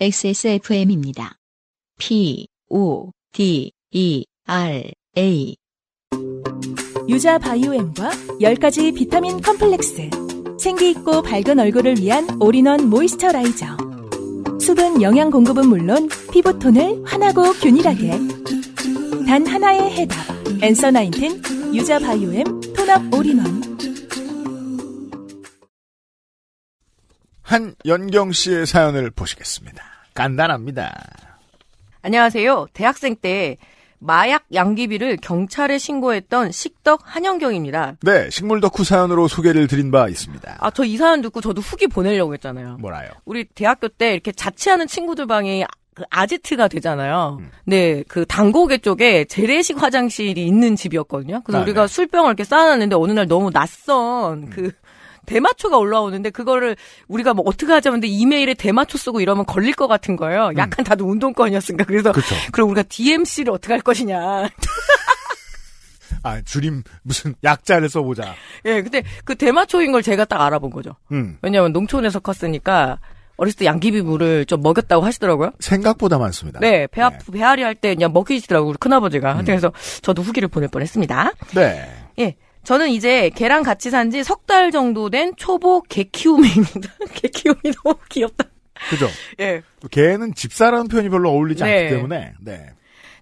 XSFM입니다. P, O, D, E, R, A. 유자 바이오엠과 10가지 비타민 컴플렉스. 생기있고 밝은 얼굴을 위한 올인원 모이스처라이저. 수분 영양 공급은 물론 피부톤을 환하고 균일하게. 단 하나의 해답. 엔서 나인틴 유자 바이오엠 톤업 올인원. 한연경 씨의 사연을 보시겠습니다. 간단합니다. 안녕하세요. 대학생 때 마약 양귀비를 경찰에 신고했던 식덕 한영경입니다. 네, 식물 덕후 사연으로 소개를 드린 바 있습니다. 아, 저 이 사연 듣고 저도 후기 보내려고 했잖아요. 뭐라요? 우리 대학교 때 이렇게 자취하는 친구들 방이 그 아지트가 되잖아요. 음. 네, 그 당고개 쪽에 재래식 화장실이 있는 집이었거든요. 그래서 아, 우리가 네. 음. 술병을 이렇게 쌓아놨는데 어느 날 너무 낯선 그 대마초가 올라오는데 그거를 우리가 뭐 어떻게 하자면 근데 이메일에 대마초 쓰고 이러면 걸릴 것 같은 음. 거예요. 약간 다들 운동권이었으니까 그래서 그쵸. 그럼 우리가 DMC를 어떻게 할 것이냐. 아, 줄임 무슨 약자를 써보자. 예, 근데 그 대마초인 걸 제가 딱 알아본 거죠. 음, 왜냐면 농촌에서 컸으니까 어렸을 때 양귀비 물을 좀 먹였다고 하시더라고요. 생각보다 많습니다. 네, 음. 배 아프, 배앓이 할 때 그냥 먹히시더라고요. 우리 큰아버지가. 하여튼 그래서 저도 후기를 보낼 뻔 했습니다. 네. 예. 저는 이제 개랑 같이 산 지 석 달 정도 된 초보 개 키움입니다. 개 키움이 너무 귀엽다. 그죠? 예. 개는 집사라는 표현이 별로 어울리지 네. 않기 때문에, 네.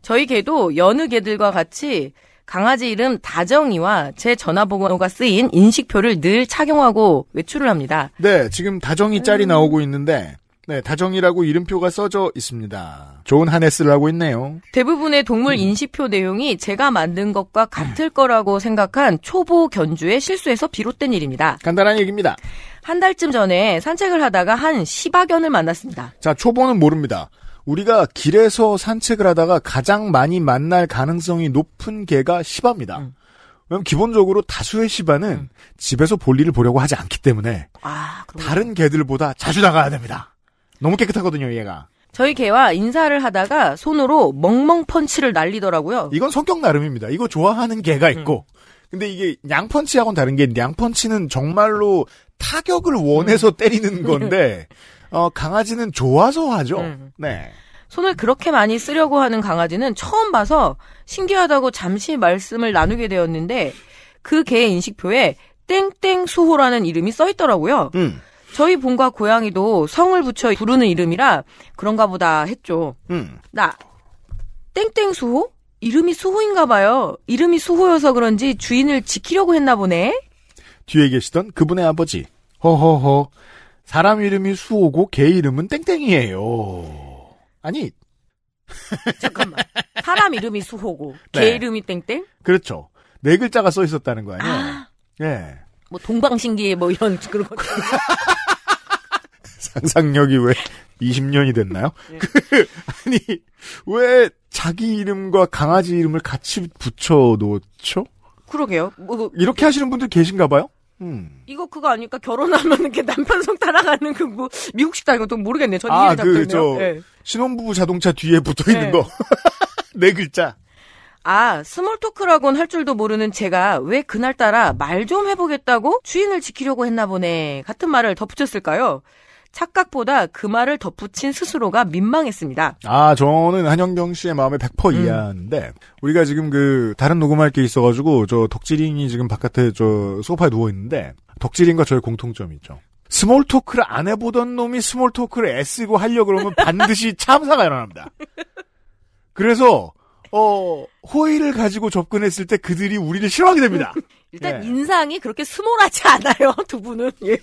저희 개도 여느 개들과 같이 강아지 이름 다정이와 제 전화번호가 쓰인 인식표를 늘 착용하고 외출을 합니다. 네, 지금 다정이 짤이 나오고 있는데, 네, 다정이라고 이름표가 써져 있습니다. 좋은 한 해 쓰려고 했네요. 대부분의 동물 인식표 내용이 제가 만든 것과 같을 거라고 생각한 초보 견주의 실수에서 비롯된 일입니다. 간단한 얘기입니다. 한 달쯤 전에 산책을 하다가 한 시바견을 만났습니다. 자, 초보는 모릅니다. 우리가 길에서 산책을 하다가 가장 많이 만날 가능성이 높은 개가 시바입니다. 음. 왜냐면 기본적으로 다수의 시바는 집에서 볼일을 보려고 하지 않기 때문에 아, 음. 그럼 다른 개들보다 자주 나가야 됩니다. 너무 깨끗하거든요, 얘가. 저희 개와 인사를 하다가 손으로 멍멍 펀치를 날리더라고요. 이건 성격 나름입니다. 이거 좋아하는 개가 음. 있고. 근데 이게 양펀치하고는 다른 게 양펀치는 정말로 타격을 원해서 음. 때리는 건데 어, 강아지는 좋아서 하죠. 음. 네. 손을 그렇게 많이 쓰려고 하는 강아지는 처음 봐서 신기하다고 잠시 말씀을 나누게 되었는데 그 개의 인식표에 땡땡 수호라는 이름이 써 있더라고요. 음. 저희 본과 고양이도 성을 붙여 부르는 이름이라 그런가 보다 했죠. 음. 나 땡땡 수호? 이름이 수호인가 봐요. 이름이 수호여서 그런지 주인을 지키려고 했나 보네. 뒤에 계시던 그분의 아버지. 허허허. 사람 이름이 수호고 개 이름은 땡땡이에요. 아니, 잠깐만. 사람 이름이 수호고 개 네. 이름이 땡땡? 그렇죠. 네 글자가 써 있었다는 거 아니에요? 아. 예. 뭐 동방신기에 뭐 이런 그런 거. 상상력이 왜 20년이 됐나요? 그, 아니, 왜 자기 이름과 강아지 이름을 같이 붙여 놓죠? 그러게요. 뭐 그- 이렇게 하시는 분들 계신가 봐요? 음. 이거 그거 아닐까? 결혼하면 이렇게 남편 성 따라가는 그 뭐 미국식 다이거 또 모르겠네. 전 아, 이해 그, 잡혔네요. 저- 예. 신혼부부 자동차 뒤에 붙어 있는 네. 거. 네 글자. 아, 스몰 토크라곤 할 줄도 모르는 제가 왜 그날따라 말 좀 해보겠다고 주인을 지키려고 했나 보네. 같은 말을 덧붙였을까요? 착각보다 그 말을 덧붙인 스스로가 민망했습니다. 아, 저는 한영경 씨의 마음에 100% 이해하는데, 우리가 지금 그, 다른 녹음할 게 있어가지고, 저 덕질인이 지금 바깥에 저 소파에 누워있는데, 덕질인과 저의 공통점이 있죠. 스몰 토크를 안 해보던 놈이 스몰 토크를 애쓰고 하려고 그러면 반드시 참사가 일어납니다. 그래서, 어, 호의를 가지고 접근했을 때 그들이 우리를 싫어하게 됩니다. 일단 예. 인상이 그렇게 스몰하지 않아요, 두 분은. 예.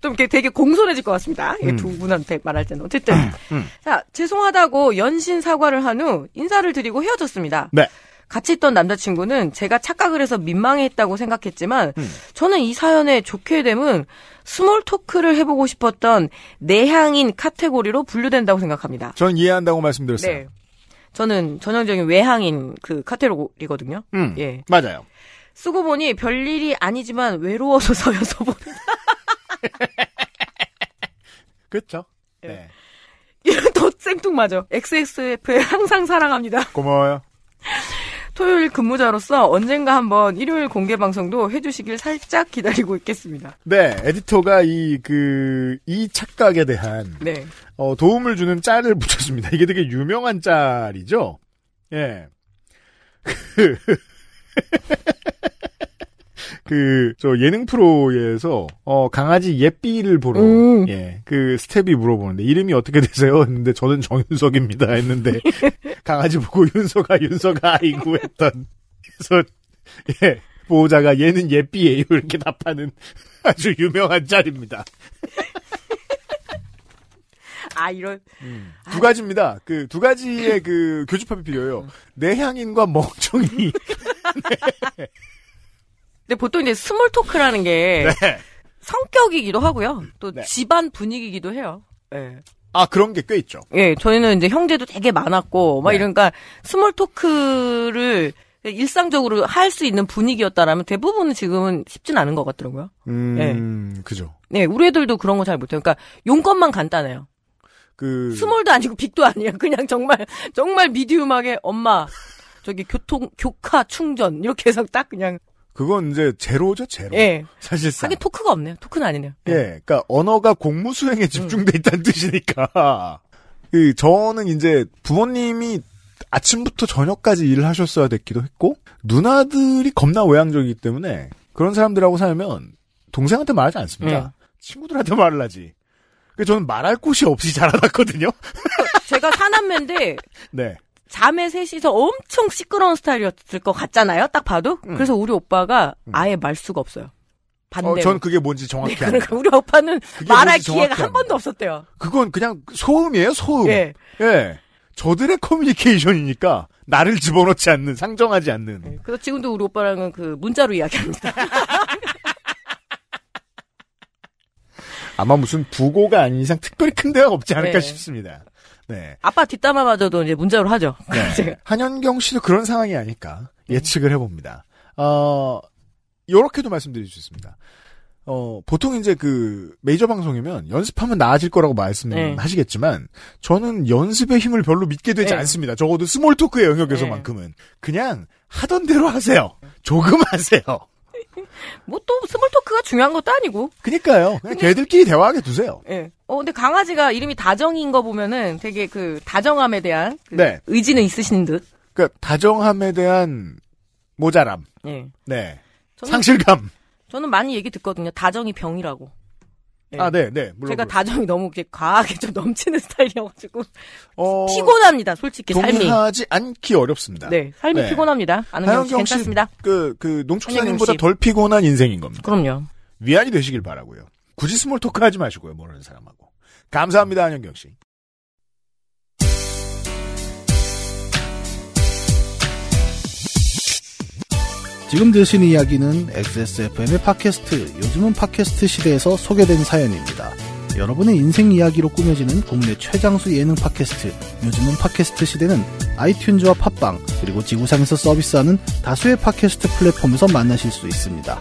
좀 이렇게 되게 공손해질 것 같습니다. 예, 음. 두 분한테 말할 때는. 어쨌든. 자, 죄송하다고 연신 사과를 한 후 인사를 드리고 헤어졌습니다. 네. 같이 있던 남자친구는 제가 착각을 해서 민망했다고 생각했지만 음. 저는 이 사연의 좋게 됨은 스몰 토크를 해보고 싶었던 내향인 카테고리로 분류된다고 생각합니다. 전 이해한다고 말씀드렸어요. 네. 저는 전형적인 외향인 그 카테고리거든요. 음. 예. 맞아요. 쓰고 보니 별일이 아니지만 외로워서 서여서 보 그쵸? 예. 네. 이런 더 생뚱맞아. XXF에 항상 사랑합니다. 고마워요. 토요일 근무자로서 언젠가 한번 일요일 공개 방송도 해주시길 살짝 기다리고 있겠습니다. 네, 에디터가 이, 그, 이 착각에 대한, 네. 어, 도움을 주는 짤을 붙였습니다. 이게 되게 유명한 짤이죠? 예. 그, 저 예능 프로에서, 어, 강아지 예삐를 보러, 음. 예, 그 스텝이 물어보는데, 이름이 어떻게 되세요? 했는데, 저는 정윤석입니다. 했는데, 강아지 보고 윤석아, 윤석아, 아이고 했던. 그래서, 예, 보호자가 얘는 예삐예요. 이렇게 답하는 아주 유명한 짤입니다. 아 네. 음. 이런 두 가지입니다. 그 두 가지의 그 교집합이 필요해요. 내향인과 멍청이. 근데 보통 이제 스몰 토크라는 게 네. 성격이기도 하고요. 또 네. 집안 분위기기도 해요. 예. 아 그런 게 꽤 있죠. 예, 저희는 이제 형제도 되게 많았고 막 네. 이러니까 스몰 토크를 일상적으로 할 수 있는 분위기였다라면 대부분은 지금은 쉽진 않은 것 같더라고요. 음, 그죠. 네, 우리 애들도 그런 거 잘 못해요. 그러니까 용건만 간단해요. 그 스몰도 아니고 빅도 아니에요. 그냥 정말 정말 미디움하게 엄마 저기 교통 교카 충전 이렇게 해서 딱 그냥 그건 이제 제로죠 제로. 예 사실상. 하긴 토크가 없네요. 토크는 아니네요. 음. 예, 그러니까 언어가 공무 수행에 집중돼 있다는 뜻이니까. 그 저는 이제 부모님이 아침부터 저녁까지 일을 하셨어야 됐기도 했고 누나들이 겁나 외향적이기 때문에 그런 사람들하고 살면 동생한테 말하지 음. 않습니다. 친구들한테 말을 하지. 그 저는 말할 곳이 없이 자라났거든요. 제가 사남매인데 네. 자매 셋이서 엄청 시끄러운 스타일이었을 것 같잖아요. 딱 봐도. 음. 그래서 우리 오빠가 아예 말 수가 없어요. 반대로. 어, 전 그게 뭔지 정확히 네, 알아요. 그러니까 우리 오빠는 그게 말할 뭔지 정확히 기회가 한 압니다. 번도 없었대요. 그건 그냥 소음이에요, 소음. 예. 예. 저들의 커뮤니케이션이니까 나를 집어넣지 않는, 상정하지 않는. 네, 그래서 지금도 우리 오빠랑은 그 문자로 이야기합니다. 아마 무슨 부고가 아닌 이상 특별히 큰 데가 없지 않을까 네. 싶습니다. 네. 아빠 뒷담화마저도 이제 문자로 하죠. 네. 한현경 씨도 그런 상황이 아닐까 네. 예측을 해봅니다. 어, 요렇게도 말씀드릴 수 있습니다. 어, 보통 이제 그 메이저 방송이면 연습하면 나아질 거라고 네. 말씀하시겠지만 저는 연습의 힘을 별로 믿게 되지 네. 않습니다. 적어도 스몰 토크의 영역에서만큼은. 그냥 하던 대로 하세요. 조금 하세요. 뭐 또 스몰 토크가 중요한 것도 아니고. 그니까요. 그냥 걔들끼리 대화하게 두세요. 예. 어, 근데 강아지가 이름이 다정인 거 보면은 되게 그 다정함에 대한 그 네. 의지는 있으신 듯. 그러니까 다정함에 대한 모자람. 예. 네. 저는, 상실감. 저는 많이 얘기 듣거든요. 다정이 병이라고. 네. 아, 네, 네. 물론. 제가 물론. 다정이 너무 이렇게 과하게 좀 넘치는 스타일이어가지고 어, 피곤합니다. 솔직히 삶이. 동의하지 않기 어렵습니다. 네, 삶이 네. 피곤합니다. 아는 경씨 하영경 씨, 괜찮습니다. 그, 그, 농축사님보다 한영경 씨. 덜 피곤한 인생인 겁니다. 그럼요. 위안이 되시길 바라고요 굳이 스몰 토크 하지 마시고요, 모르는 사람하고. 감사합니다, 한영경 씨. 지금 들으신 이야기는 XSFM의 팟캐스트, 요즘은 팟캐스트 시대에서 소개된 사연입니다. 여러분의 인생 이야기로 꾸며지는 국내 최장수 예능 팟캐스트, 요즘은 팟캐스트 시대는 아이튠즈와 팟빵, 그리고 지구상에서 서비스하는 다수의 팟캐스트 플랫폼에서 만나실 수 있습니다.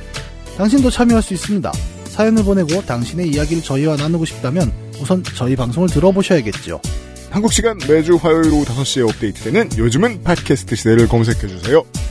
당신도 참여할 수 있습니다. 사연을 보내고 당신의 이야기를 저희와 나누고 싶다면 우선 저희 방송을 들어보셔야겠죠. 한국 시간 매주 화요일 오후 5시에 업데이트되는 요즘은 팟캐스트 시대를 검색해주세요.